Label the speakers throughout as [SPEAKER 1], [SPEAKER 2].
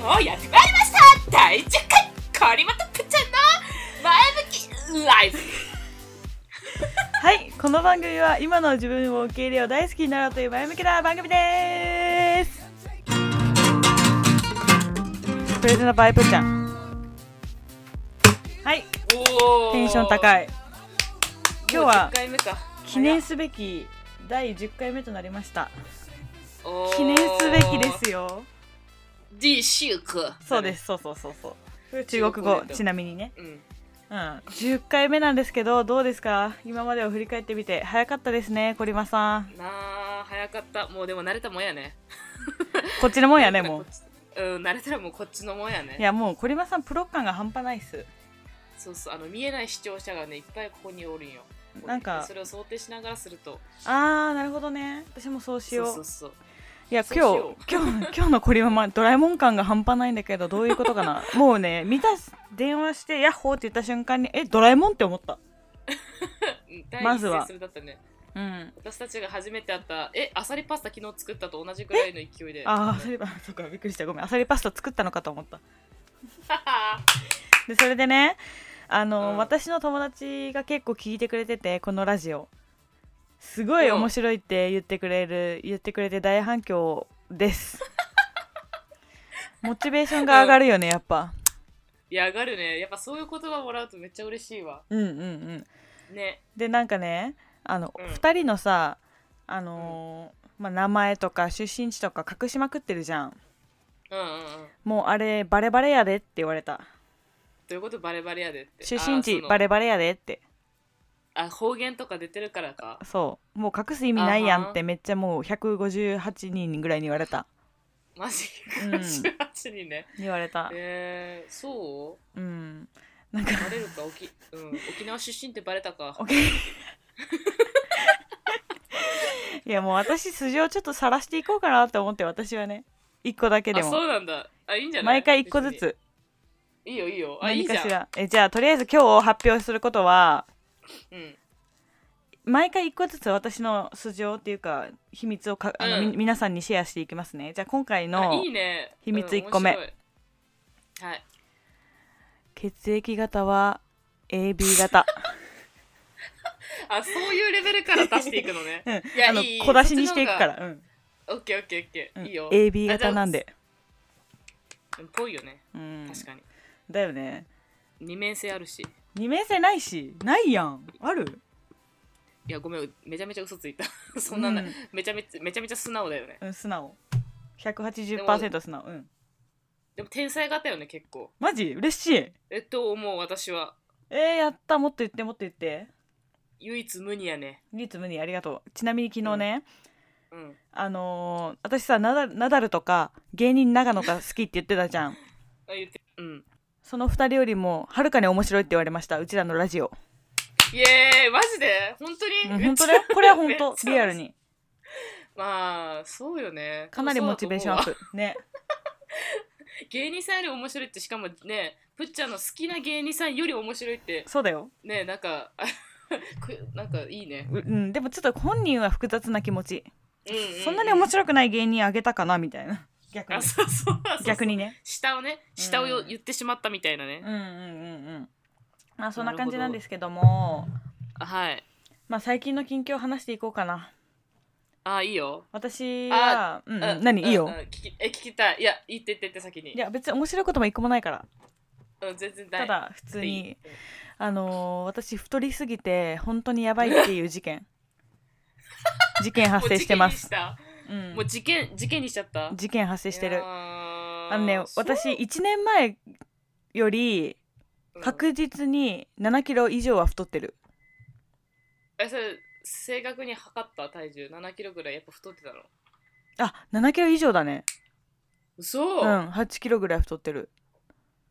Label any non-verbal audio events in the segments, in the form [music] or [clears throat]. [SPEAKER 1] もうやってまいりました第10回こりまたぷっちゃんの前向きライブ
[SPEAKER 2] はい、この番組は今の自分を受け入れを大好きになろうという前向きな番組です。プレゼンのバイプちゃん。はい、
[SPEAKER 1] お
[SPEAKER 2] テンション高い。今日は
[SPEAKER 1] 10回目か
[SPEAKER 2] 記念すべき第10回目となりました。
[SPEAKER 1] おー
[SPEAKER 2] 記念すべきですよ。
[SPEAKER 1] 第十回
[SPEAKER 2] そうです、そうそうそうそう。中国語、ちなみにね。
[SPEAKER 1] うん
[SPEAKER 2] うん、10回目なんですけど、どうですか今までを振り返ってみて、早かったですね、コリマさん。
[SPEAKER 1] なあ早かったもうでも慣れたもんやね
[SPEAKER 2] こっちのもんやね、もう
[SPEAKER 1] こ。っちうん慣れたらもうこっちのもんやね
[SPEAKER 2] いや、もう、コリマさん、プロ感が半端ないっす。
[SPEAKER 1] そうそうあの見えない視聴者がねいっぱいここにおるんよ
[SPEAKER 2] なんか
[SPEAKER 1] それを想定しながらすると
[SPEAKER 2] あーなるほどね私もそうしよう
[SPEAKER 1] そうそうそう
[SPEAKER 2] いや
[SPEAKER 1] そうし
[SPEAKER 2] 今
[SPEAKER 1] よ
[SPEAKER 2] 日今 [laughs] 日今日のこれはまあドラえもん感が半端ないんだけどどういうことかなもうね見た電話してヤッホーって言った瞬間にえドラえもんって思った
[SPEAKER 1] うん第一
[SPEAKER 2] まずは
[SPEAKER 1] 声それだったね
[SPEAKER 2] うん
[SPEAKER 1] 私たちが初めて会ったえアサリパスタ昨日作ったと同じぐらいの勢いで
[SPEAKER 2] ああそうかびっくりしたごめんアサリパスタ作ったのかと思った
[SPEAKER 1] あ
[SPEAKER 2] でそれでねあの、
[SPEAKER 1] うん
[SPEAKER 2] 私の友達が結構聞いてくれててこのラジオすごい面白いって言ってくれる、言ってくれて大反響です [laughs] モチベーションが上がるよねやっぱ
[SPEAKER 1] [laughs] いや上がるねやっぱそういう言葉もらうとめっちゃ嬉しいわ
[SPEAKER 2] うんうんうん
[SPEAKER 1] ね
[SPEAKER 2] でなんかねあの、
[SPEAKER 1] うん
[SPEAKER 2] 2人のさあのーまあ、名前とか出身地とか隠しまくってるじゃん
[SPEAKER 1] うんうんうん
[SPEAKER 2] もうあれバレバレやでって言われた
[SPEAKER 1] ということバレバレやでって
[SPEAKER 2] 出身地
[SPEAKER 1] あ
[SPEAKER 2] バ
[SPEAKER 1] レ
[SPEAKER 2] レバレやでって
[SPEAKER 1] あ方言とか出てるからか [laughs]
[SPEAKER 2] そうもう隠す意味ないやんっ
[SPEAKER 1] あ
[SPEAKER 2] てめっちゃもう158人ぐらいに言われた
[SPEAKER 1] マジ
[SPEAKER 2] うん
[SPEAKER 1] 18人ね、
[SPEAKER 2] 言われた
[SPEAKER 1] えー、そう
[SPEAKER 2] うんなんか
[SPEAKER 1] バレるか沖,、うん、沖縄出身ってバレたか
[SPEAKER 2] OK いやもう私筋をちょっと晒していこうかなって思って私はね1個だけで
[SPEAKER 1] あそ
[SPEAKER 2] も
[SPEAKER 1] うなんだあいいんじゃない
[SPEAKER 2] 毎回1個ず
[SPEAKER 1] 別にい
[SPEAKER 2] つ
[SPEAKER 1] いよいいよあい
[SPEAKER 2] 何
[SPEAKER 1] いじ
[SPEAKER 2] か
[SPEAKER 1] ゃん
[SPEAKER 2] しらえじゃあとりあえず今日発表することは
[SPEAKER 1] うん
[SPEAKER 2] 毎回一個ずつ私の素性っていうか秘密をかあの、
[SPEAKER 1] うん
[SPEAKER 2] み皆さんにシェアしていきますねじゃあ今回
[SPEAKER 1] あ
[SPEAKER 2] の
[SPEAKER 1] いいね
[SPEAKER 2] 秘密一個目
[SPEAKER 1] うん面白いはい
[SPEAKER 2] 血液型は AB
[SPEAKER 1] [laughs]
[SPEAKER 2] 型
[SPEAKER 1] あそういうレベルから出していく
[SPEAKER 2] [laughs]
[SPEAKER 1] のね
[SPEAKER 2] うん
[SPEAKER 1] いや
[SPEAKER 2] あの
[SPEAKER 1] いい
[SPEAKER 2] 小出しにしていくからうん、
[SPEAKER 1] オッケーオッケーオッケー、
[SPEAKER 2] うん、
[SPEAKER 1] いいよ
[SPEAKER 2] AB 型なんで
[SPEAKER 1] あじゃあぽいよね
[SPEAKER 2] うん
[SPEAKER 1] 確かに、
[SPEAKER 2] だよね
[SPEAKER 1] 二面性あるし
[SPEAKER 2] 二面性ないしないやんある
[SPEAKER 1] いやごめんめちゃめちゃ嘘ついた [laughs] そんなな、
[SPEAKER 2] うん
[SPEAKER 1] めちゃめちゃめちゃめちゃ素直だよね
[SPEAKER 2] うん素直180%素直うん
[SPEAKER 1] でも天才型よね結構
[SPEAKER 2] マジ嬉しい
[SPEAKER 1] えっと思う私は
[SPEAKER 2] えー、やったもっと言ってもっと言って
[SPEAKER 1] 唯一無二やね
[SPEAKER 2] リーツムにありがとうちなみに昨日ね、
[SPEAKER 1] うん
[SPEAKER 2] あのー私さナダルナダルとか芸人長野が好きって言ってたじゃん
[SPEAKER 1] あ言ってうん
[SPEAKER 2] その2人よりもはるかに面白いって言われましたうちらのラジオ、
[SPEAKER 1] イエーイマジで本当に、
[SPEAKER 2] うん、本当だよこれは本
[SPEAKER 1] め
[SPEAKER 2] 当
[SPEAKER 1] っちゃ
[SPEAKER 2] リアルに
[SPEAKER 1] [laughs] まあそうよね
[SPEAKER 2] かなりモチベーションアッ
[SPEAKER 1] プ
[SPEAKER 2] プね
[SPEAKER 1] 芸人さんより面白いってしかもねぷっちゃんの好きな芸人さんより面白いって
[SPEAKER 2] そうだよ、
[SPEAKER 1] ねなんか [laughs] あくなんかいいね、
[SPEAKER 2] ううん、でもちょっと本人は複雑な気持ち、
[SPEAKER 1] うんうんうん
[SPEAKER 2] そんなに面白くない芸人あげたかなみたいな逆に
[SPEAKER 1] あそうそうそうそう
[SPEAKER 2] 逆にね
[SPEAKER 1] 下をね下をよ、
[SPEAKER 2] うん
[SPEAKER 1] 言ってしまったみたいな
[SPEAKER 2] う
[SPEAKER 1] ね
[SPEAKER 2] ん、うんうんうんまあそん
[SPEAKER 1] な
[SPEAKER 2] な
[SPEAKER 1] る
[SPEAKER 2] 感
[SPEAKER 1] ほど
[SPEAKER 2] じなんですけども
[SPEAKER 1] はい
[SPEAKER 2] まあ最近の近況を話していこうかな
[SPEAKER 1] あいいよ、
[SPEAKER 2] 私はうん、
[SPEAKER 1] あ
[SPEAKER 2] うん、何いいよ、
[SPEAKER 1] うんうん聞きえ聞きたいいや言って言って言って先に
[SPEAKER 2] いや別に面白いことも一個もないから
[SPEAKER 1] うん、全然
[SPEAKER 2] た
[SPEAKER 1] 大
[SPEAKER 2] だ普通
[SPEAKER 1] い
[SPEAKER 2] に
[SPEAKER 1] いうん
[SPEAKER 2] あのー私太りすぎて本当にやばいっていう事
[SPEAKER 1] [laughs]
[SPEAKER 2] 件事件発生してます、う
[SPEAKER 1] も
[SPEAKER 2] ん
[SPEAKER 1] う、事件にしたもう事件事件にしちゃった
[SPEAKER 2] 事件発生して
[SPEAKER 1] い
[SPEAKER 2] る
[SPEAKER 1] やー
[SPEAKER 2] あのね
[SPEAKER 1] そう
[SPEAKER 2] 私1年前より
[SPEAKER 1] うん
[SPEAKER 2] 確実に7キロ以上は太ってる
[SPEAKER 1] えそれ正確に測った体重7キロぐらいやっぱ太ってたの
[SPEAKER 2] あ7キロ以上だね
[SPEAKER 1] 嘘、
[SPEAKER 2] う
[SPEAKER 1] 待
[SPEAKER 2] ん8キロぐらい太ってる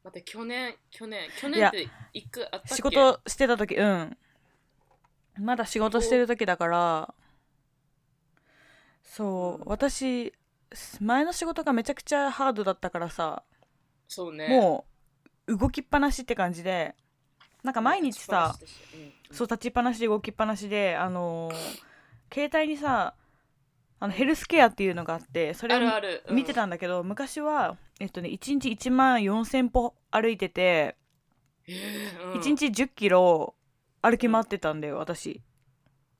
[SPEAKER 1] って去年去年去
[SPEAKER 2] い
[SPEAKER 1] 年
[SPEAKER 2] や
[SPEAKER 1] って一回あったっけ
[SPEAKER 2] 仕事してた時うんまだ仕事してる時だからそう私前の仕事がめちゃくちゃハードだったからさ
[SPEAKER 1] そうね
[SPEAKER 2] もう動きっぱなしって感じでなんか毎日さ、
[SPEAKER 1] うん
[SPEAKER 2] そう立ちっぱなしで動きっぱなしであのー携帯にさあのヘルスケアっていうのがあってそれ
[SPEAKER 1] ある
[SPEAKER 2] を
[SPEAKER 1] ある、うん
[SPEAKER 2] 見てたんだけど、昔は、えっとね、1日1万4,000歩歩いてて、
[SPEAKER 1] えーうん
[SPEAKER 2] 1日1 0キロ歩き回ってたんだよ私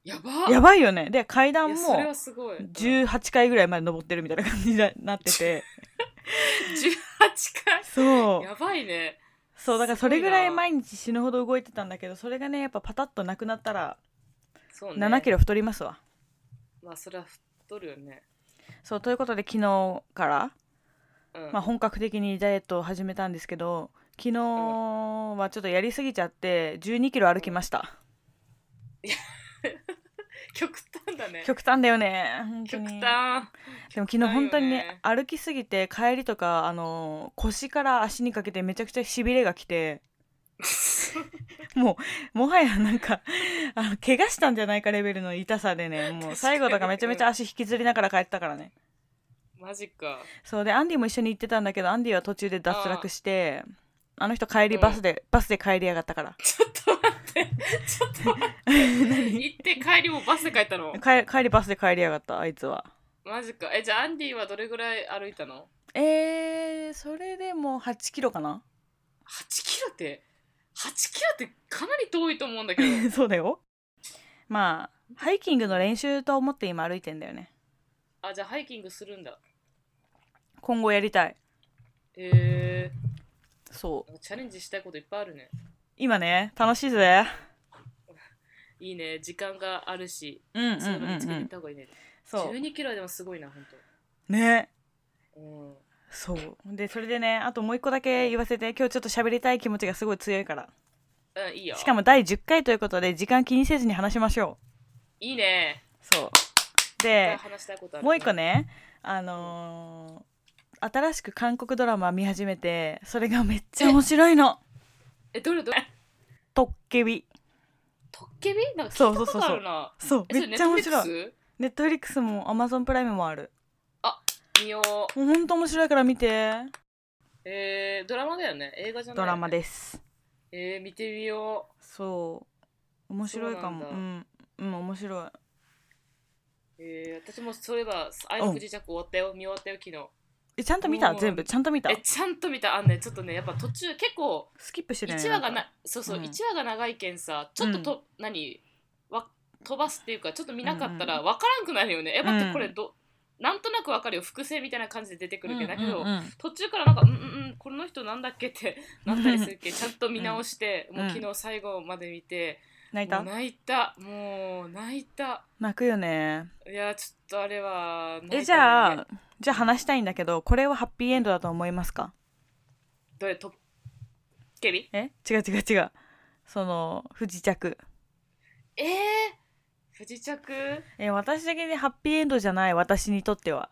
[SPEAKER 1] やば
[SPEAKER 2] やばいよねで階
[SPEAKER 1] い
[SPEAKER 2] 段
[SPEAKER 1] やそれ
[SPEAKER 2] も
[SPEAKER 1] はすごいうん18
[SPEAKER 2] 18回ぐらいまで登ってるみたいな感じになっ
[SPEAKER 1] [laughs]
[SPEAKER 2] てて
[SPEAKER 1] 回
[SPEAKER 2] そう
[SPEAKER 1] やばいね
[SPEAKER 2] そうだからそれぐらい
[SPEAKER 1] すごいな
[SPEAKER 2] 毎日死ぬほど動いてたんだけどそれがねやっぱパタッとなくなったら
[SPEAKER 1] そうね
[SPEAKER 2] 7キロ太りますわ。
[SPEAKER 1] まあそれは太るよね
[SPEAKER 2] そうということで昨日から、
[SPEAKER 1] うん
[SPEAKER 2] まあ、本格的にダイエットを始めたんですけど昨日はちょっとやりすぎちゃって1 2キロ歩きました。
[SPEAKER 1] 極端だね
[SPEAKER 2] 極端だよね本当
[SPEAKER 1] 極
[SPEAKER 2] に
[SPEAKER 1] 端
[SPEAKER 2] でも昨日本当にね
[SPEAKER 1] 極端よね
[SPEAKER 2] 歩きすぎて帰りとかあの腰から足にかけてめちゃくちゃしびれがきてもはやなんか [laughs] あの怪我したんじゃないかレベルの痛さでねもう最後とかめちゃめちゃ足引きずりながら帰ってたからね
[SPEAKER 1] マジか
[SPEAKER 2] そうでアンディも一緒に行ってたんだけどアンディは途中で脱落してあの人帰りバスで、バスで帰りやがったから
[SPEAKER 1] ちょっと待ってちょっと待
[SPEAKER 2] [laughs]
[SPEAKER 1] って行って帰りもバスで帰ったの
[SPEAKER 2] 帰帰りバスで帰りやがったあいつは
[SPEAKER 1] マジかえじゃあアンディはどれぐらい歩いたの
[SPEAKER 2] えー、それでも8キロかな
[SPEAKER 1] 8キロって8キロってかなり遠いと思うんだ
[SPEAKER 2] [laughs]
[SPEAKER 1] けど
[SPEAKER 2] [laughs] そうだよまあハイキングの練習と思って今歩いてんだよね
[SPEAKER 1] あじゃあハイキングするんだ
[SPEAKER 2] 今後やりたい
[SPEAKER 1] へえ
[SPEAKER 2] そ
[SPEAKER 1] なんかチャレンジしたいこといっぱいあるね
[SPEAKER 2] う今ね楽しいぜ
[SPEAKER 1] いいね時間があるし
[SPEAKER 2] うんうんうん、
[SPEAKER 1] そういうの
[SPEAKER 2] う
[SPEAKER 1] 見つけていっ
[SPEAKER 2] ん、
[SPEAKER 1] た方がいいね、
[SPEAKER 2] そ
[SPEAKER 1] 12キロはでもすごいな本
[SPEAKER 2] うね
[SPEAKER 1] 当。うん
[SPEAKER 2] そうでそれでねあともう一個だけ言わせて今日ちょっと喋りたい気持ちがすごい強いから
[SPEAKER 1] うんいいよ
[SPEAKER 2] しかも第10回ということで時間気にせずに話しましょ
[SPEAKER 1] いいね
[SPEAKER 2] うそうで
[SPEAKER 1] 話したいことある
[SPEAKER 2] もう一個ねあのー新しく韓国ドラマ見始めてそれがめっちゃ面白いの
[SPEAKER 1] えどれどれ
[SPEAKER 2] 「トッケビ
[SPEAKER 1] トッケビなんか聞いたことあるな」
[SPEAKER 2] そう
[SPEAKER 1] えそ
[SPEAKER 2] め
[SPEAKER 1] れ
[SPEAKER 2] っちゃ面白い
[SPEAKER 1] Netflix？
[SPEAKER 2] ネットフリックスもアマゾンプライムもある
[SPEAKER 1] 見よう
[SPEAKER 2] もうほんと面白いから見て
[SPEAKER 1] えー、ドラマだよね映画じゃない
[SPEAKER 2] ドラマ
[SPEAKER 1] で
[SPEAKER 2] です
[SPEAKER 1] えー、見てみよ
[SPEAKER 2] そう面白いかも
[SPEAKER 1] そううなん
[SPEAKER 2] うん、面白いう
[SPEAKER 1] えー、私もそういえば「愛の不時着」終わったよ見終わったよ昨日
[SPEAKER 2] えちゃんと見た
[SPEAKER 1] もう
[SPEAKER 2] 全部ちゃんと見た
[SPEAKER 1] えちゃんと見たあんねちょっとねやっぱ途中結構
[SPEAKER 2] スキップしてない
[SPEAKER 1] 1話が
[SPEAKER 2] なんか
[SPEAKER 1] なそうそう、
[SPEAKER 2] うん
[SPEAKER 1] 一話が長いけんさちょっとと、何わ飛ばすっていうかちょっと見なかった
[SPEAKER 2] うん
[SPEAKER 1] ら分からんくなるよね、え待っ
[SPEAKER 2] うん
[SPEAKER 1] てこれどなんとなく分かるよ複製みたいな感じで出てくるけど、だけ
[SPEAKER 2] う
[SPEAKER 1] ど
[SPEAKER 2] んうんうん
[SPEAKER 1] 途中からなんか「うんうんうんこの人なんだっけ?」っ
[SPEAKER 2] [laughs]
[SPEAKER 1] てなったりするけんちゃんと見直して、
[SPEAKER 2] ん
[SPEAKER 1] もう
[SPEAKER 2] うん
[SPEAKER 1] 昨日最後まで見て、
[SPEAKER 2] 泣い
[SPEAKER 1] も
[SPEAKER 2] た
[SPEAKER 1] う泣いたもう泣いた
[SPEAKER 2] 泣くよね
[SPEAKER 1] いやちょっとあれは泣いたね
[SPEAKER 2] えじゃあじゃあ話したいんだけどこれはハッピーエンドだと思いますか
[SPEAKER 1] どれとケビ
[SPEAKER 2] え違う違う違うその不時着
[SPEAKER 1] えー、不時着
[SPEAKER 2] え私的にハッピーエンドじゃない私にとっては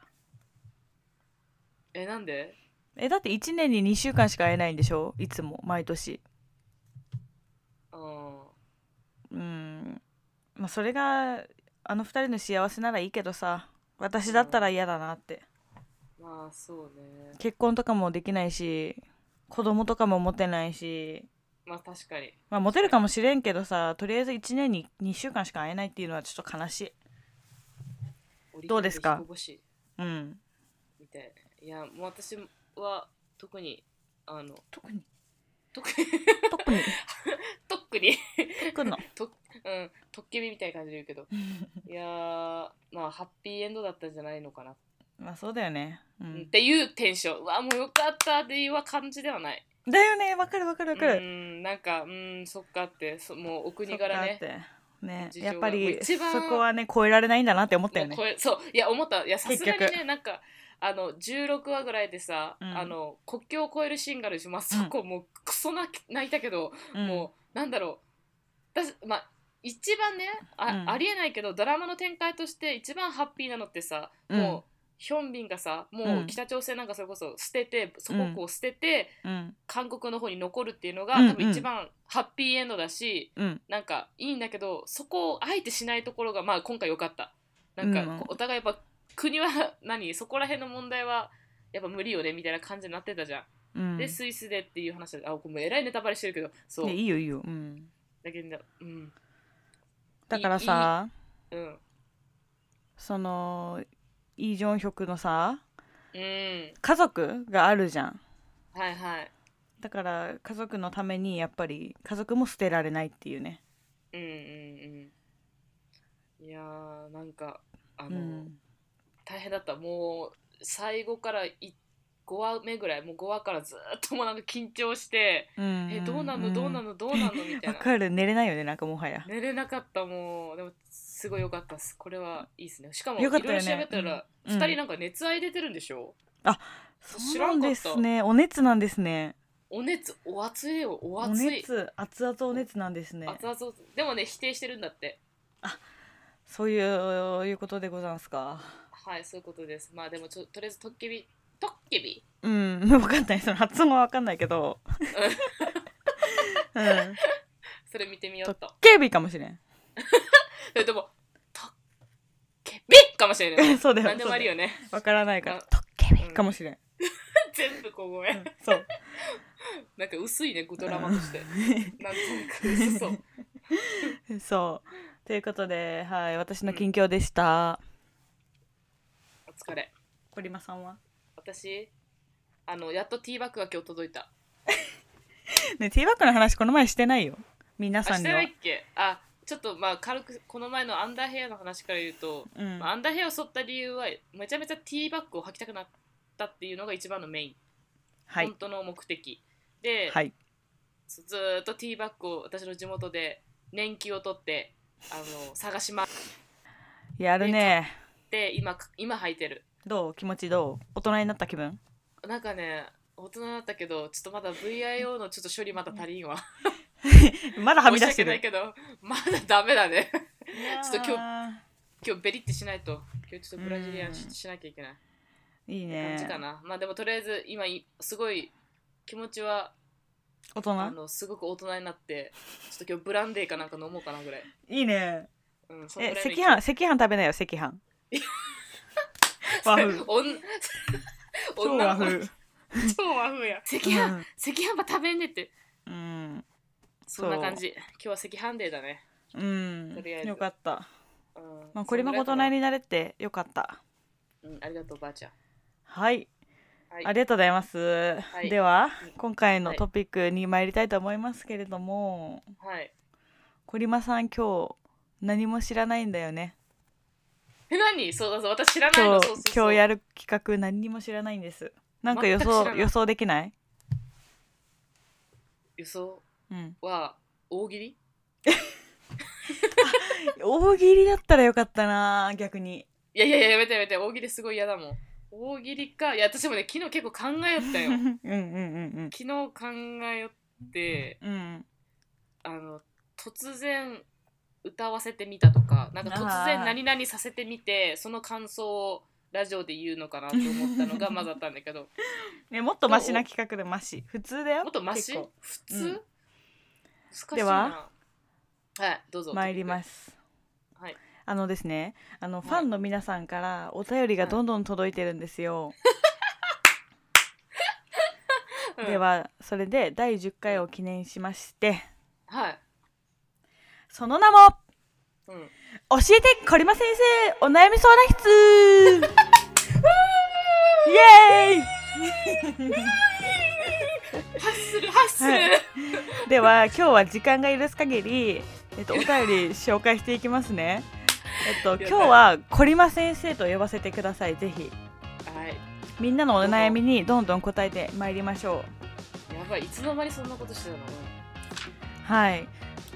[SPEAKER 1] えなんで
[SPEAKER 2] えだって1年に2週間しか会えないんでしょいつも毎年
[SPEAKER 1] うん
[SPEAKER 2] うんまあそれがあの2人の幸せならいいけどさ私だったら嫌だなって
[SPEAKER 1] まあそうね
[SPEAKER 2] 結婚とかもできないし子供とかも持てないし、
[SPEAKER 1] まあ確かに
[SPEAKER 2] まあ、持てるかもしれんけどさとりあえず1年に2週間しか会えないっていうのはちょっと悲しいどうです
[SPEAKER 1] 織
[SPEAKER 2] か
[SPEAKER 1] り込み彦星
[SPEAKER 2] うん
[SPEAKER 1] みたいないやもう私は特にあの
[SPEAKER 2] 特に
[SPEAKER 1] 特に [laughs]
[SPEAKER 2] 特に
[SPEAKER 1] 特に [laughs]
[SPEAKER 2] 特の
[SPEAKER 1] うんとっけびみたいな感じで言う
[SPEAKER 2] [laughs]
[SPEAKER 1] けどいやーまあハッピーエンドだったんじゃないのかな、
[SPEAKER 2] まあそうだよね、う
[SPEAKER 1] うんっ
[SPEAKER 2] ん、
[SPEAKER 1] ていうテンションうわもうよかったっていう感じではない
[SPEAKER 2] だよねわかるわかるわかる、
[SPEAKER 1] うんなんかうんそっかってそもうお
[SPEAKER 2] そ
[SPEAKER 1] 国
[SPEAKER 2] っか
[SPEAKER 1] 柄ね
[SPEAKER 2] ってね
[SPEAKER 1] 事情が
[SPEAKER 2] やっぱ
[SPEAKER 1] もう
[SPEAKER 2] りそ
[SPEAKER 1] 一番
[SPEAKER 2] こはね超えられないんだなって思ったよ
[SPEAKER 1] も
[SPEAKER 2] ね
[SPEAKER 1] うこれそういや思ったいやさすがに
[SPEAKER 2] 結
[SPEAKER 1] ねなんかあの16話ぐらいでさ、
[SPEAKER 2] うん
[SPEAKER 1] あの国境を越えるシーンがあるし、まあ、そこもうクソ泣き泣いたけど、
[SPEAKER 2] うん
[SPEAKER 1] もうなんだろう私まあ一番ねあ,、
[SPEAKER 2] うん
[SPEAKER 1] ありえないけどドラマの展開として一番ハッピーなのってさ、
[SPEAKER 2] うん
[SPEAKER 1] もうヒョンビンがさもう北朝鮮なんかそれこそ捨てて、祖国を捨てて
[SPEAKER 2] うん
[SPEAKER 1] 韓国の方に残るっていうのが、
[SPEAKER 2] うん
[SPEAKER 1] 多分一番ハッピーエンドだし、
[SPEAKER 2] うん
[SPEAKER 1] なんかいいんだけどそこをあえてしないところがまあ今回良かったなんか、
[SPEAKER 2] うん
[SPEAKER 1] こうお互いやっぱ国は [laughs] 何そこら辺の問題はやっぱ無理よねみたいな感じになってたじゃん、
[SPEAKER 2] うん
[SPEAKER 1] でスイスでっていう話であこれもうえらいネタバレしてるけどそう、
[SPEAKER 2] ねいいよいいよ、うん、
[SPEAKER 1] だけどうん
[SPEAKER 2] だからさ
[SPEAKER 1] うん
[SPEAKER 2] そのイ・ジョンヒョクのさ
[SPEAKER 1] うん
[SPEAKER 2] 家族があるじゃん
[SPEAKER 1] はいはい
[SPEAKER 2] だから家族のためにやっぱり家族も捨てられないっていうね、
[SPEAKER 1] うんうんうんいやーなんかあ
[SPEAKER 2] う
[SPEAKER 1] の、
[SPEAKER 2] ん、
[SPEAKER 1] 大変だったもう最後からい5話目ぐらいもう5話からずーっともうなんか緊張して「え
[SPEAKER 2] え
[SPEAKER 1] どうなのどうなのどうなの」みたいな
[SPEAKER 2] わかる寝れないよねなんかもはや
[SPEAKER 1] 寝れなかったもうでもすごい良かったっすこれはいいですねしかもい
[SPEAKER 2] よか
[SPEAKER 1] ろ
[SPEAKER 2] っ
[SPEAKER 1] い
[SPEAKER 2] た
[SPEAKER 1] ろ
[SPEAKER 2] よね
[SPEAKER 1] 調べたら
[SPEAKER 2] うん
[SPEAKER 1] 2人なんか熱愛出てるんでしょ
[SPEAKER 2] そうなんで
[SPEAKER 1] 知ら
[SPEAKER 2] す
[SPEAKER 1] ん
[SPEAKER 2] ねお熱なんですね
[SPEAKER 1] お熱お熱いよお
[SPEAKER 2] お
[SPEAKER 1] 熱い
[SPEAKER 2] 熱熱々お熱なんですね
[SPEAKER 1] 熱々でもね否定してるんだって
[SPEAKER 2] そういういうことでござんすか
[SPEAKER 1] はいそういうことですまあでもちょとりあえずトッケビトッケビ
[SPEAKER 2] うん [laughs] 分かんないその発音は分かんない
[SPEAKER 1] [laughs]
[SPEAKER 2] けどうん
[SPEAKER 1] それ見てみようと
[SPEAKER 2] 警備かもしれん [laughs]
[SPEAKER 1] えでもトッケビかもしれない
[SPEAKER 2] [laughs] そうだよ
[SPEAKER 1] 何でもありよね
[SPEAKER 2] 分からないから
[SPEAKER 1] あ
[SPEAKER 2] 特警
[SPEAKER 1] う
[SPEAKER 2] 備
[SPEAKER 1] ん
[SPEAKER 2] かもしれん、
[SPEAKER 1] 全部小
[SPEAKER 2] う
[SPEAKER 1] 声
[SPEAKER 2] んそう
[SPEAKER 1] なんか薄いねドラマとしてなんとなく薄そう
[SPEAKER 2] [laughs] そうということではい私の近況でした、
[SPEAKER 1] お疲れ
[SPEAKER 2] コリマさんは
[SPEAKER 1] 私あのやっとティーバッグが今日届いた
[SPEAKER 2] ねティーバッグの話この前してないよ皆
[SPEAKER 1] あ
[SPEAKER 2] さん
[SPEAKER 1] し
[SPEAKER 2] に
[SPEAKER 1] て
[SPEAKER 2] は
[SPEAKER 1] ないっけあちょっとまあ軽くこの前のアンダーヘアの話から言うと、
[SPEAKER 2] うん
[SPEAKER 1] まあアンダーヘアを剃った理由はめちゃめちゃティーバッグを履きたくなったっていうのが一番のメイン、
[SPEAKER 2] はい
[SPEAKER 1] 本当の目的で、
[SPEAKER 2] はい
[SPEAKER 1] ずずーっとティーバッグを私の地元で年季を取ってあの探しまくっ
[SPEAKER 2] やるね
[SPEAKER 1] て今今履いてる
[SPEAKER 2] どう気持ちどう大人になった気分
[SPEAKER 1] なんかね大人だったけどちょっとまだ VIO のちょっと処理まだ足りんわ
[SPEAKER 2] ま [laughs] だはみ出して
[SPEAKER 1] 申訳な
[SPEAKER 2] る
[SPEAKER 1] いけどまだダメだねちょっと
[SPEAKER 2] 今
[SPEAKER 1] 今日ベリってしないと今日ちょっとブラジリアン
[SPEAKER 2] うん
[SPEAKER 1] ししなきゃいけない
[SPEAKER 2] 日いい
[SPEAKER 1] 感じか
[SPEAKER 2] ね
[SPEAKER 1] な、まあでもとりあえず今いすごい気持ちは
[SPEAKER 2] 大
[SPEAKER 1] あ
[SPEAKER 2] 人
[SPEAKER 1] のすごく大人になってちょっと今日ブランデーかなんか飲もうかなぐらい、
[SPEAKER 2] いいね
[SPEAKER 1] うん、そん
[SPEAKER 2] え
[SPEAKER 1] ぐらいの
[SPEAKER 2] 赤飯赤飯食べなよ赤
[SPEAKER 1] [laughs]
[SPEAKER 2] 飯和風
[SPEAKER 1] おん [laughs]
[SPEAKER 2] 超
[SPEAKER 1] 女
[SPEAKER 2] 和
[SPEAKER 1] の子
[SPEAKER 2] 風
[SPEAKER 1] 超和風や赤飯赤飯ば食べんねって
[SPEAKER 2] うん
[SPEAKER 1] そんな感じ今日は赤飯デーだね
[SPEAKER 2] うん
[SPEAKER 1] とりあえず
[SPEAKER 2] よかった
[SPEAKER 1] うん
[SPEAKER 2] まあこれも大人
[SPEAKER 1] に
[SPEAKER 2] になれてよかった
[SPEAKER 1] うんありがとうばあちゃん
[SPEAKER 2] はい
[SPEAKER 1] はい
[SPEAKER 2] ありがとうございます
[SPEAKER 1] い
[SPEAKER 2] では
[SPEAKER 1] うん
[SPEAKER 2] 今回の
[SPEAKER 1] はい
[SPEAKER 2] トピックに参りたいと思いますけれども
[SPEAKER 1] はい
[SPEAKER 2] コリマさん今日何も知らないんだよね
[SPEAKER 1] え何そうだそう私知らない
[SPEAKER 2] 今
[SPEAKER 1] の
[SPEAKER 2] 日
[SPEAKER 1] そうそうそう
[SPEAKER 2] 今日やる企画何にも知らないんですなんか予
[SPEAKER 1] 全く知
[SPEAKER 2] 想
[SPEAKER 1] らない
[SPEAKER 2] 予想できない
[SPEAKER 1] 予想
[SPEAKER 2] うん
[SPEAKER 1] は大喜利
[SPEAKER 2] 大喜利だったらよかったな逆に
[SPEAKER 1] いやいやいややめてやめて大喜利すごい嫌だもん大喜利かいや私もね昨日結構考えよったよ
[SPEAKER 2] [laughs] うんうんうん
[SPEAKER 1] 昨日考えよって
[SPEAKER 2] うんうん
[SPEAKER 1] あの突然歌わせてみたとかなんか突
[SPEAKER 2] あ
[SPEAKER 1] 然
[SPEAKER 2] ー
[SPEAKER 1] 何々させてみてその感想をラジオで言うのかなと思ったのがまずあったんだけど
[SPEAKER 2] ねもっとマシな企画でマシ普通だよ
[SPEAKER 1] もっとマシ
[SPEAKER 2] 結構
[SPEAKER 1] 普
[SPEAKER 2] う
[SPEAKER 1] 通、
[SPEAKER 2] ん
[SPEAKER 1] 難しいな
[SPEAKER 2] では
[SPEAKER 1] はいどうぞ
[SPEAKER 2] 参りますす
[SPEAKER 1] はい
[SPEAKER 2] あのですねあの
[SPEAKER 1] い
[SPEAKER 2] ファンの皆さんからお便りがどんどん届いてるんですよ、で、はそれで第10回を記念しまして
[SPEAKER 1] うんはい、
[SPEAKER 2] その名も [laughs]
[SPEAKER 1] うん、
[SPEAKER 2] 教えてこりま先生お悩み相談
[SPEAKER 1] [laughs]
[SPEAKER 2] 室イエーイ
[SPEAKER 1] ハッスルハッスル、
[SPEAKER 2] はでは今日は時間が許す限り、えっと、お便り紹介していきますね。えっと、
[SPEAKER 1] 了解
[SPEAKER 2] 今日はコリマ先生と呼ばせてください。ぜひ
[SPEAKER 1] はい
[SPEAKER 2] みんなのお悩みにどんどん答えてまいりましょ
[SPEAKER 1] やばいいつの間にそんなことしてたの
[SPEAKER 2] う。はい。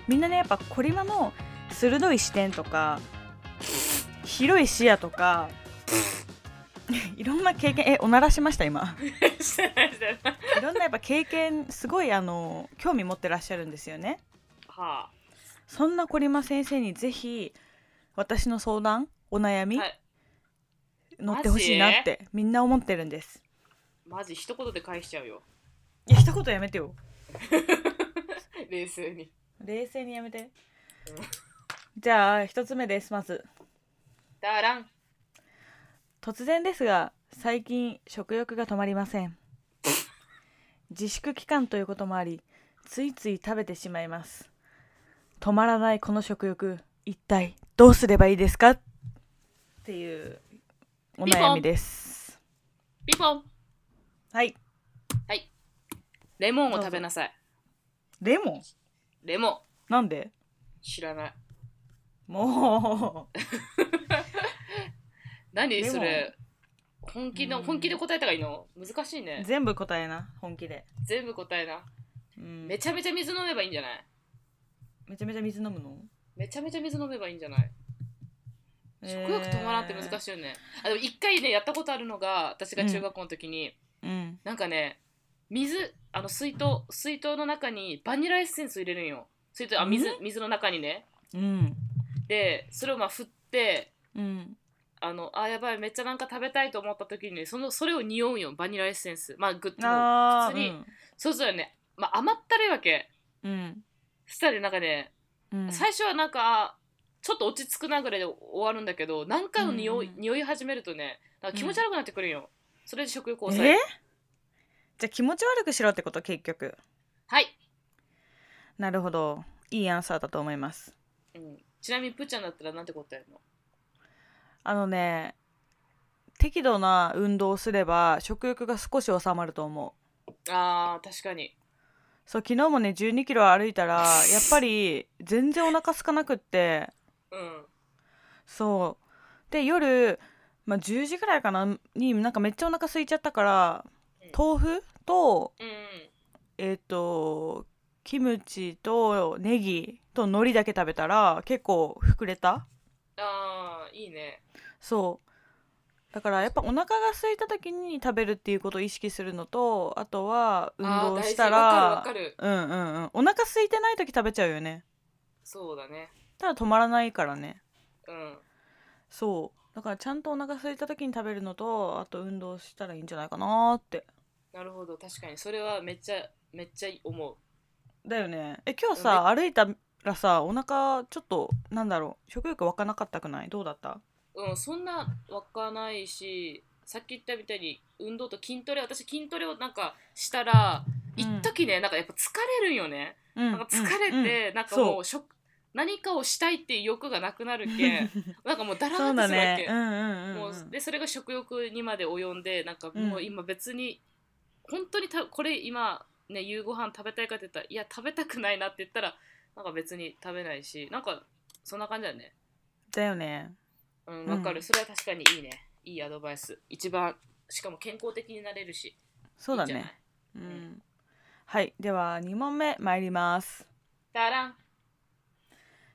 [SPEAKER 2] みんなねやっぱコリマの鋭い視点とか広い視野とか [laughs] いろんな経験えおならしまし
[SPEAKER 1] [laughs]
[SPEAKER 2] た今。
[SPEAKER 1] してないして
[SPEAKER 2] [laughs]
[SPEAKER 1] ない
[SPEAKER 2] いろんなやっぱ経験すごいあの興味持ってらっしゃるんですよね。
[SPEAKER 1] は
[SPEAKER 2] そんなコリマ先生にぜひ私の相談お悩
[SPEAKER 1] あ、
[SPEAKER 2] み、
[SPEAKER 1] はい、
[SPEAKER 2] 乗ってほしいなってみんな思ってるんです
[SPEAKER 1] マジ一言で返しちゃうよ
[SPEAKER 2] いや一言やめてよ
[SPEAKER 1] 冷静に
[SPEAKER 2] 冷静にやめて
[SPEAKER 1] うん
[SPEAKER 2] じゃあ一つ目ですまず
[SPEAKER 1] だらん
[SPEAKER 2] 突然ですが最近食欲が止まりません自粛期間ということもありついつい食べてしまいます止まらないこの食欲一体どうすればいいですかっていうお悩みです
[SPEAKER 1] ピンポン
[SPEAKER 2] はい
[SPEAKER 1] レモンを食べなさい
[SPEAKER 2] レモン
[SPEAKER 1] レモン
[SPEAKER 2] なんで
[SPEAKER 1] 知らない
[SPEAKER 2] もう
[SPEAKER 1] 何
[SPEAKER 2] レモン
[SPEAKER 1] それ本気の
[SPEAKER 2] うん
[SPEAKER 1] 本気で答えた方がいいの難しいね
[SPEAKER 2] 全部答えな本気で、
[SPEAKER 1] 全部答えな
[SPEAKER 2] うん、
[SPEAKER 1] めちゃめちゃ水飲めばいいんじゃない
[SPEAKER 2] めちゃめちゃ水飲むの
[SPEAKER 1] めちゃめちゃ水飲めばいいんじゃない食欲止まらんって難しいよね、あでも一回ねやったことあるのが私が中学校の時に、
[SPEAKER 2] い、うん、
[SPEAKER 1] なんかね水あの水筒水筒の中にバニラエッセンス入れるんよ水筒あ水水の中にね
[SPEAKER 2] うん
[SPEAKER 1] でそれをまあ振って
[SPEAKER 2] うん
[SPEAKER 1] あのあやばいめっちゃなんか食べたいと思った時にねそのそれを匂うんよバニラエッセンスまあグッもう
[SPEAKER 2] あー
[SPEAKER 1] 普通にそうそうよね、まあ、甘ったるいわけ
[SPEAKER 2] うん
[SPEAKER 1] そしたらなんかね、
[SPEAKER 2] うん
[SPEAKER 1] 最初はなんかちょっと落ち着くなぐらいで終わるんだけど何回も匂い,、
[SPEAKER 2] うん
[SPEAKER 1] 匂い始めるとねなんか気持ち悪くなってくるんよ、それで食欲を抑え
[SPEAKER 2] え
[SPEAKER 1] る
[SPEAKER 2] じゃあ気持ち悪くしろってこと結局
[SPEAKER 1] はい、
[SPEAKER 2] なるほどいいアンサーだと思います
[SPEAKER 1] うん、ちなみにプーちゃんだったらなんて答えるの
[SPEAKER 2] あのね適度な運動をすれば食欲が少し収まると思う
[SPEAKER 1] あー確かに
[SPEAKER 2] そう昨日もね1 2キロ歩いたら
[SPEAKER 1] [laughs]
[SPEAKER 2] やっぱり全然お腹空かなくって
[SPEAKER 1] うん
[SPEAKER 2] そうで夜、まあ、10時ぐらいかなになんかめっちゃお腹空いちゃったから
[SPEAKER 1] うん
[SPEAKER 2] 豆腐と
[SPEAKER 1] うん
[SPEAKER 2] えっ、とキムチとネギと海苔だけ食べたら結構膨れた
[SPEAKER 1] あーいいね
[SPEAKER 2] そうだからやっぱお腹が空いた時に食べるっていうことを意識するのとあとは運動した
[SPEAKER 1] あー大事わか
[SPEAKER 2] ら
[SPEAKER 1] るわかる
[SPEAKER 2] うんうんうんお腹空いてない時食べちゃうよね
[SPEAKER 1] そうだね
[SPEAKER 2] ただ止まらないからね
[SPEAKER 1] うん
[SPEAKER 2] そうだからちゃんとお腹空いた時に食べるのとあと運動したらいいんじゃないかなーって
[SPEAKER 1] なるほど確かにそれはめっちゃめっちゃ思う
[SPEAKER 2] だよねえ今日さ歩いたらさお腹ちょっとなんだろう食欲湧かなかったくないどうだった
[SPEAKER 1] うん、そんな湧かないし、さっき言ったみたいに運動と筋トレ、私筋トレをなんかしたら、
[SPEAKER 2] うん
[SPEAKER 1] 一時ね、なんかやっぱ疲れるんよね。
[SPEAKER 2] うん
[SPEAKER 1] なんか疲れ
[SPEAKER 2] うんうん
[SPEAKER 1] て、なんかも
[SPEAKER 2] そう
[SPEAKER 1] 食何かをしたいっていう欲がなくなる
[SPEAKER 2] [laughs]
[SPEAKER 1] けなんかもうだら
[SPEAKER 2] そう
[SPEAKER 1] ーっ
[SPEAKER 2] だ
[SPEAKER 1] とするわ
[SPEAKER 2] ね
[SPEAKER 1] け。
[SPEAKER 2] うんうんうん
[SPEAKER 1] も
[SPEAKER 2] うん
[SPEAKER 1] うでそれが食欲にまで及んでなんか
[SPEAKER 2] うん
[SPEAKER 1] もう今別に、本当にたこれ今、ね、夕ご飯食べたいかって言ったらいや食べたくないなって言ったらなんか別に食べないしなんかそんな感じだよね。
[SPEAKER 2] だよね
[SPEAKER 1] うん、
[SPEAKER 2] ん
[SPEAKER 1] わかる、それは確かにいいね。いいアドバイス。一番、しかも健康的になれるし。
[SPEAKER 2] そう
[SPEAKER 1] い
[SPEAKER 2] だ
[SPEAKER 1] いんじ
[SPEAKER 2] ね
[SPEAKER 1] ゃない。
[SPEAKER 2] う
[SPEAKER 1] い
[SPEAKER 2] んはいでは2問目参ります
[SPEAKER 1] だらん。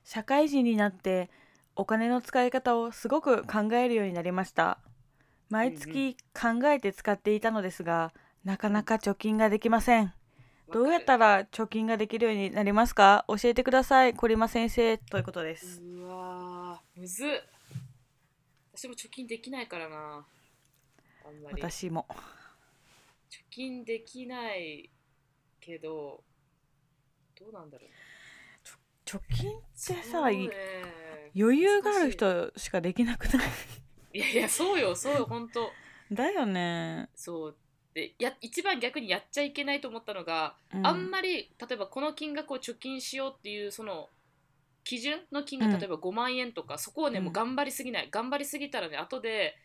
[SPEAKER 2] 社会人になってお金の使い方をすごく考えるようになりました毎月考えて使っていたのですがなかなか貯金ができませんどうやった
[SPEAKER 1] ら
[SPEAKER 2] ら貯金ができるようになりますか教えてくださいコリマ先生ということです
[SPEAKER 1] うわー、むずっ。私も貯金できないからな。あんまり。貯
[SPEAKER 2] 私も
[SPEAKER 1] 金できないけど、どうなんだろう。
[SPEAKER 2] 貯金って
[SPEAKER 1] そう
[SPEAKER 2] さ
[SPEAKER 1] ね
[SPEAKER 2] 余裕がある人しかできなくない
[SPEAKER 1] いやいや、そうよ、そうよ、ほんと。
[SPEAKER 2] だよね、
[SPEAKER 1] そう。でや一番逆にやっちゃいけないと思ったのが、
[SPEAKER 2] うん、
[SPEAKER 1] あんまり例えばこの金額を貯金しようっていうその基準の金額、
[SPEAKER 2] うん
[SPEAKER 1] 例えば5万円とかそこをね、
[SPEAKER 2] うん
[SPEAKER 1] もう頑張りすぎない頑張りすぎたらね後で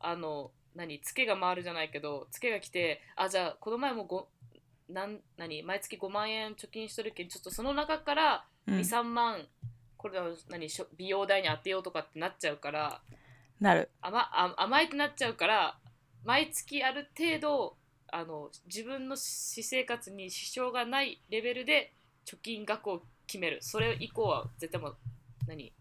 [SPEAKER 1] あの何ツケが回るじゃないけどツケが来てあじゃあこの前もごなん何毎月5万円貯金しとるけんちょっとその中から
[SPEAKER 2] うん
[SPEAKER 1] 23万、これの何しょ美容代に当てようとかってなっちゃうから
[SPEAKER 2] なる
[SPEAKER 1] 甘あ甘えってなっちゃうから毎月ある程度あの自分の私生活に支障がないレベルで貯金額を決めるそれ以降は絶対もう何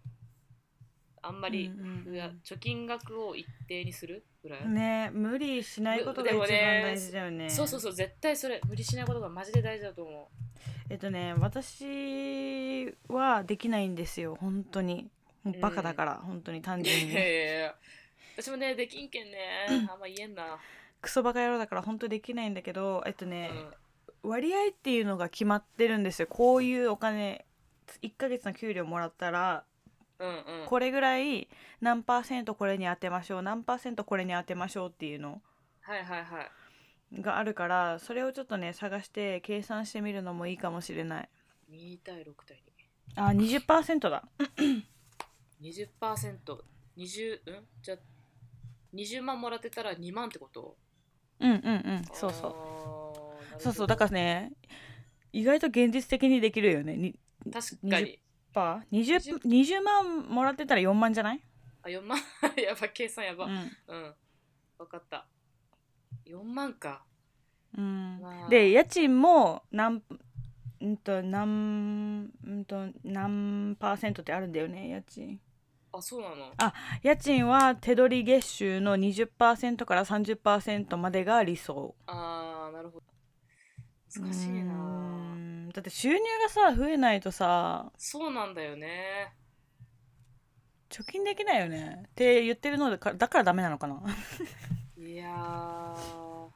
[SPEAKER 1] あんまり、
[SPEAKER 2] うんうん
[SPEAKER 1] うわ貯金額を一定にするぐらい、
[SPEAKER 2] ね無理しないこと
[SPEAKER 1] で
[SPEAKER 2] が一
[SPEAKER 1] も
[SPEAKER 2] 番
[SPEAKER 1] ね
[SPEAKER 2] 大事だよね
[SPEAKER 1] そうそうそう絶対それ無理しないことがマジで大事だと思
[SPEAKER 2] えっとね私はできないんですよ本当にもうバカだから、本当に
[SPEAKER 1] う
[SPEAKER 2] 単
[SPEAKER 1] いや [laughs]
[SPEAKER 2] 純
[SPEAKER 1] いや
[SPEAKER 2] に
[SPEAKER 1] いや私もねできんけんね
[SPEAKER 2] [clears throat]
[SPEAKER 1] あんま言えんな、
[SPEAKER 2] クソバカ野郎だから本当できないんだけどえっと
[SPEAKER 1] うん
[SPEAKER 2] ね、割合っていうのが決まってるんですよこういうお金1ヶ月の給料もらったら
[SPEAKER 1] うんうん
[SPEAKER 2] これぐらい何パーセントこれに当てましょう何パーセントこれに当てましょうっていうの
[SPEAKER 1] はいはいはい
[SPEAKER 2] があるからそれをちょっとね探して計算してみるのもいいかもしれない
[SPEAKER 1] 2対6対2
[SPEAKER 2] あ20%だ
[SPEAKER 1] 20%20 20うんじゃあ20万もらってたら2万ってこと
[SPEAKER 2] うんうんうんそうそう
[SPEAKER 1] う
[SPEAKER 2] そうそうだからね意外と現実的にできるよねに
[SPEAKER 1] ら確かに
[SPEAKER 2] パー 20, 20万もらってたら4万じゃない、
[SPEAKER 1] あ4万 [laughs] やば計算や
[SPEAKER 2] う
[SPEAKER 1] ば
[SPEAKER 2] ん
[SPEAKER 1] うん、分かった4万か
[SPEAKER 2] うん
[SPEAKER 1] まあ
[SPEAKER 2] で家賃も何んと何んと何パーセントってあるんだよね家賃
[SPEAKER 1] あそうなの
[SPEAKER 2] 家賃は手取り月収の20%から30%までが理想
[SPEAKER 1] あーなるほど難しいうな
[SPEAKER 2] ーんだって収入がさ増えないとさ
[SPEAKER 1] そうなんだよね
[SPEAKER 2] 貯金できないよねって言ってるのでかだからダメなのかな
[SPEAKER 1] いや
[SPEAKER 2] [laughs]
[SPEAKER 1] ー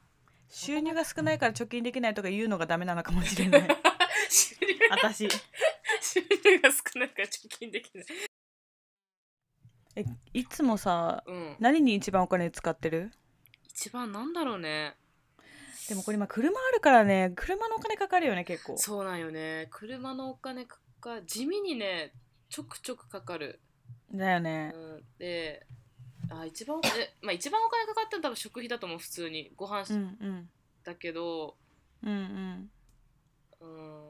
[SPEAKER 1] [laughs]
[SPEAKER 2] 収入が少ないから貯金できないとか言うのがダメなのかもしれない
[SPEAKER 1] [laughs] 収入
[SPEAKER 2] 私
[SPEAKER 1] 収入が少ないから貯金できない
[SPEAKER 2] えいつもさ
[SPEAKER 1] うん
[SPEAKER 2] 何に一番お金使ってる
[SPEAKER 1] 一番なんだろうね
[SPEAKER 2] でもこれ今車あるからね車のお金かかるよね結構
[SPEAKER 1] そうなんよね車のお金かか地味にねちょくちょくかかる、
[SPEAKER 2] だよ
[SPEAKER 1] う
[SPEAKER 2] ね
[SPEAKER 1] ん、であ一番おえ、まあ、一番お金かかったの多分食費だと思う普通にご飯
[SPEAKER 2] うんうん
[SPEAKER 1] だけど、
[SPEAKER 2] うんうん
[SPEAKER 1] うん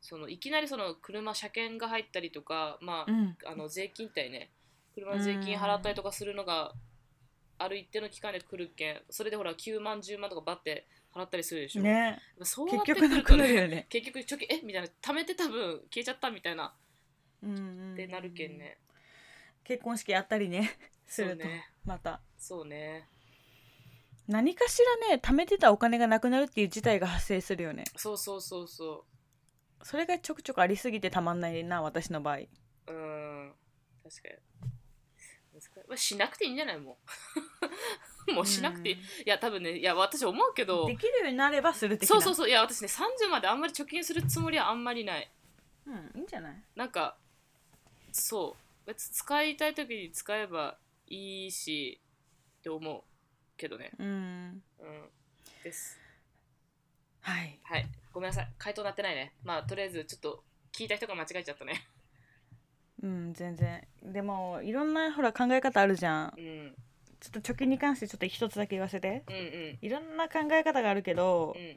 [SPEAKER 1] そのいきなりその車車検が入ったりとか、まあ
[SPEAKER 2] うん
[SPEAKER 1] あの税金ってね車の税金払ったりとかするのがある一定の期間で来るけんそれでほら9万10万とかバッて払ったりするでしょ、
[SPEAKER 2] ね
[SPEAKER 1] そうな
[SPEAKER 2] 結
[SPEAKER 1] ってく
[SPEAKER 2] 局な
[SPEAKER 1] る
[SPEAKER 2] く
[SPEAKER 1] と
[SPEAKER 2] なる
[SPEAKER 1] ね
[SPEAKER 2] よね
[SPEAKER 1] 結局貯金えみたいな貯めて多分消えちゃったみたいな
[SPEAKER 2] うんうん
[SPEAKER 1] ってなるけんね、
[SPEAKER 2] 結婚式やったりねす
[SPEAKER 1] そう
[SPEAKER 2] ると
[SPEAKER 1] ね
[SPEAKER 2] また
[SPEAKER 1] そうね
[SPEAKER 2] 何かしらね貯めてたお金がなくなるっていう事態が発生するよね
[SPEAKER 1] そうそうそうそ
[SPEAKER 2] それがちょくちょくありすぎてたまんないな私の場合
[SPEAKER 1] ううん確かに難しいまあしなくていいんじゃないもう [laughs] もうしなくていい、いや多分ねいや私思うけ
[SPEAKER 2] う
[SPEAKER 1] ど
[SPEAKER 2] んできるようになればする的な
[SPEAKER 1] そうそうそういや私ね30まであんまり貯金するつもりはあんまりない
[SPEAKER 2] うんいいんじゃない
[SPEAKER 1] なんかそう別に使いたい時に使えばいいしって思うけどね
[SPEAKER 2] うん
[SPEAKER 1] うんです
[SPEAKER 2] はい
[SPEAKER 1] はいごめんなさい回答なってないねまあとりあえずちょっと聞いた人が間違えちゃったね
[SPEAKER 2] うん全然でもいろんなほら考え方あるじゃん
[SPEAKER 1] うんうん
[SPEAKER 2] ちょっと貯金に関してちょっと一つだけ言わせて
[SPEAKER 1] うん
[SPEAKER 2] いろんな考え方があるけど
[SPEAKER 1] う、ん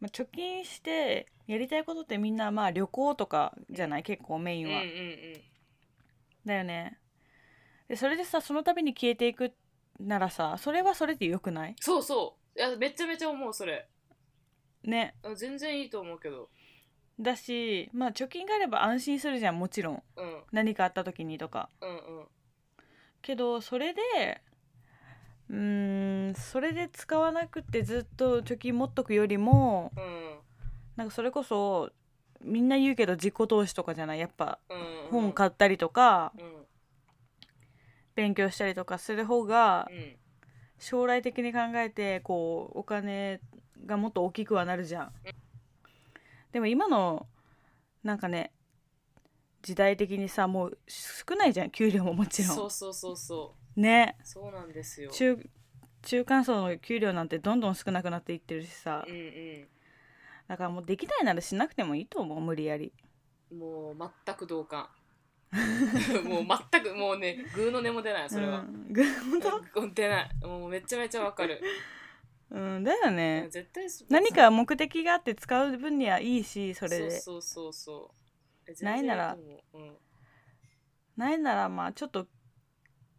[SPEAKER 2] まあ、貯金してやりたいことってみんなまあ旅行とかじゃない結構メイ
[SPEAKER 1] うんうん
[SPEAKER 2] ンは、
[SPEAKER 1] うん
[SPEAKER 2] だよねでそれでさその度に消えていくならさそれはそれでよくない
[SPEAKER 1] そうそういやめちゃめちゃ思うそれ
[SPEAKER 2] ね
[SPEAKER 1] うん全然いいと思うけど
[SPEAKER 2] だしまあ貯金があれば安心するじゃんもちろん
[SPEAKER 1] うん
[SPEAKER 2] 何かあった時にとか
[SPEAKER 1] うんうん
[SPEAKER 2] けどそれでうーんそれで使わなくてずっと貯金持っとくよりも
[SPEAKER 1] うん
[SPEAKER 2] なんかそれこそみんな言うけど自己投資とかじゃないやっぱ
[SPEAKER 1] うんうん
[SPEAKER 2] 本買ったりとか
[SPEAKER 1] うん
[SPEAKER 2] 勉強したりとかする方が
[SPEAKER 1] うん
[SPEAKER 2] 将来的に考えてこうお金がもっと大きくはなるじゃん。でも今のなんかね時代的にさもう少ないじゃん給料ももち
[SPEAKER 1] そ
[SPEAKER 2] ろ
[SPEAKER 1] うそうそうそ
[SPEAKER 2] ん。ね
[SPEAKER 1] うそうなんですよ
[SPEAKER 2] 中中間層の給料なんてどんどん少なくなっていってるしさ
[SPEAKER 1] うんうん
[SPEAKER 2] だからもうできないならしなくてもいいと思う無理やり。
[SPEAKER 1] もう全く同感 [laughs] もう全くもうねグーの音も出ないそれは
[SPEAKER 2] う、ん、 [laughs] ぐ本当
[SPEAKER 1] うん出ないもうめちゃめちゃわかる
[SPEAKER 2] うん、だよね。
[SPEAKER 1] 絶対そ
[SPEAKER 2] 何か目的があって使う分にはいいしそれで
[SPEAKER 1] そうそうそうそうえ
[SPEAKER 2] ないなら
[SPEAKER 1] 全然いいと思う
[SPEAKER 2] ないならまあちょっと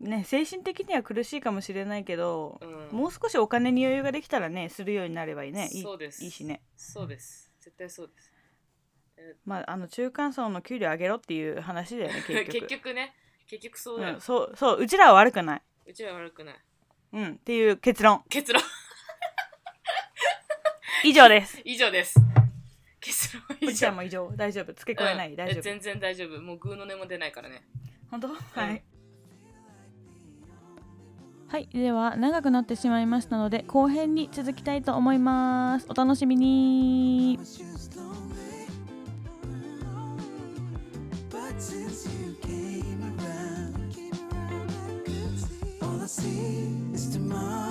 [SPEAKER 2] ね精神的には苦しいかもしれないけど
[SPEAKER 1] う、ん、うん、
[SPEAKER 2] もう少しお金に余裕ができたらねするようになればいいねい
[SPEAKER 1] そうです
[SPEAKER 2] いいいしね
[SPEAKER 1] そうです絶対そうです
[SPEAKER 2] まああの中間層の給料上げろっていう話
[SPEAKER 1] [laughs]
[SPEAKER 2] だよね結
[SPEAKER 1] 結
[SPEAKER 2] 局
[SPEAKER 1] 局ね結局そうだよ、
[SPEAKER 2] うん、そうそううちらは悪くないう
[SPEAKER 1] ちは悪くない
[SPEAKER 2] うんっていう結論
[SPEAKER 1] 結論 [laughs]
[SPEAKER 2] 以上です
[SPEAKER 1] 以上です結論 [laughs]
[SPEAKER 2] う
[SPEAKER 1] 以
[SPEAKER 2] ちら
[SPEAKER 1] 上
[SPEAKER 2] も以上大丈夫付け加えない、
[SPEAKER 1] うん
[SPEAKER 2] 大丈
[SPEAKER 1] え
[SPEAKER 2] 夫
[SPEAKER 1] 全然大丈夫もうグーの音も出ないからね
[SPEAKER 2] 本当はい、はい、では長くなってしまいましたので後編に続きたいと思いますお楽しみに
[SPEAKER 3] But since you came around, all I see is tomorrow.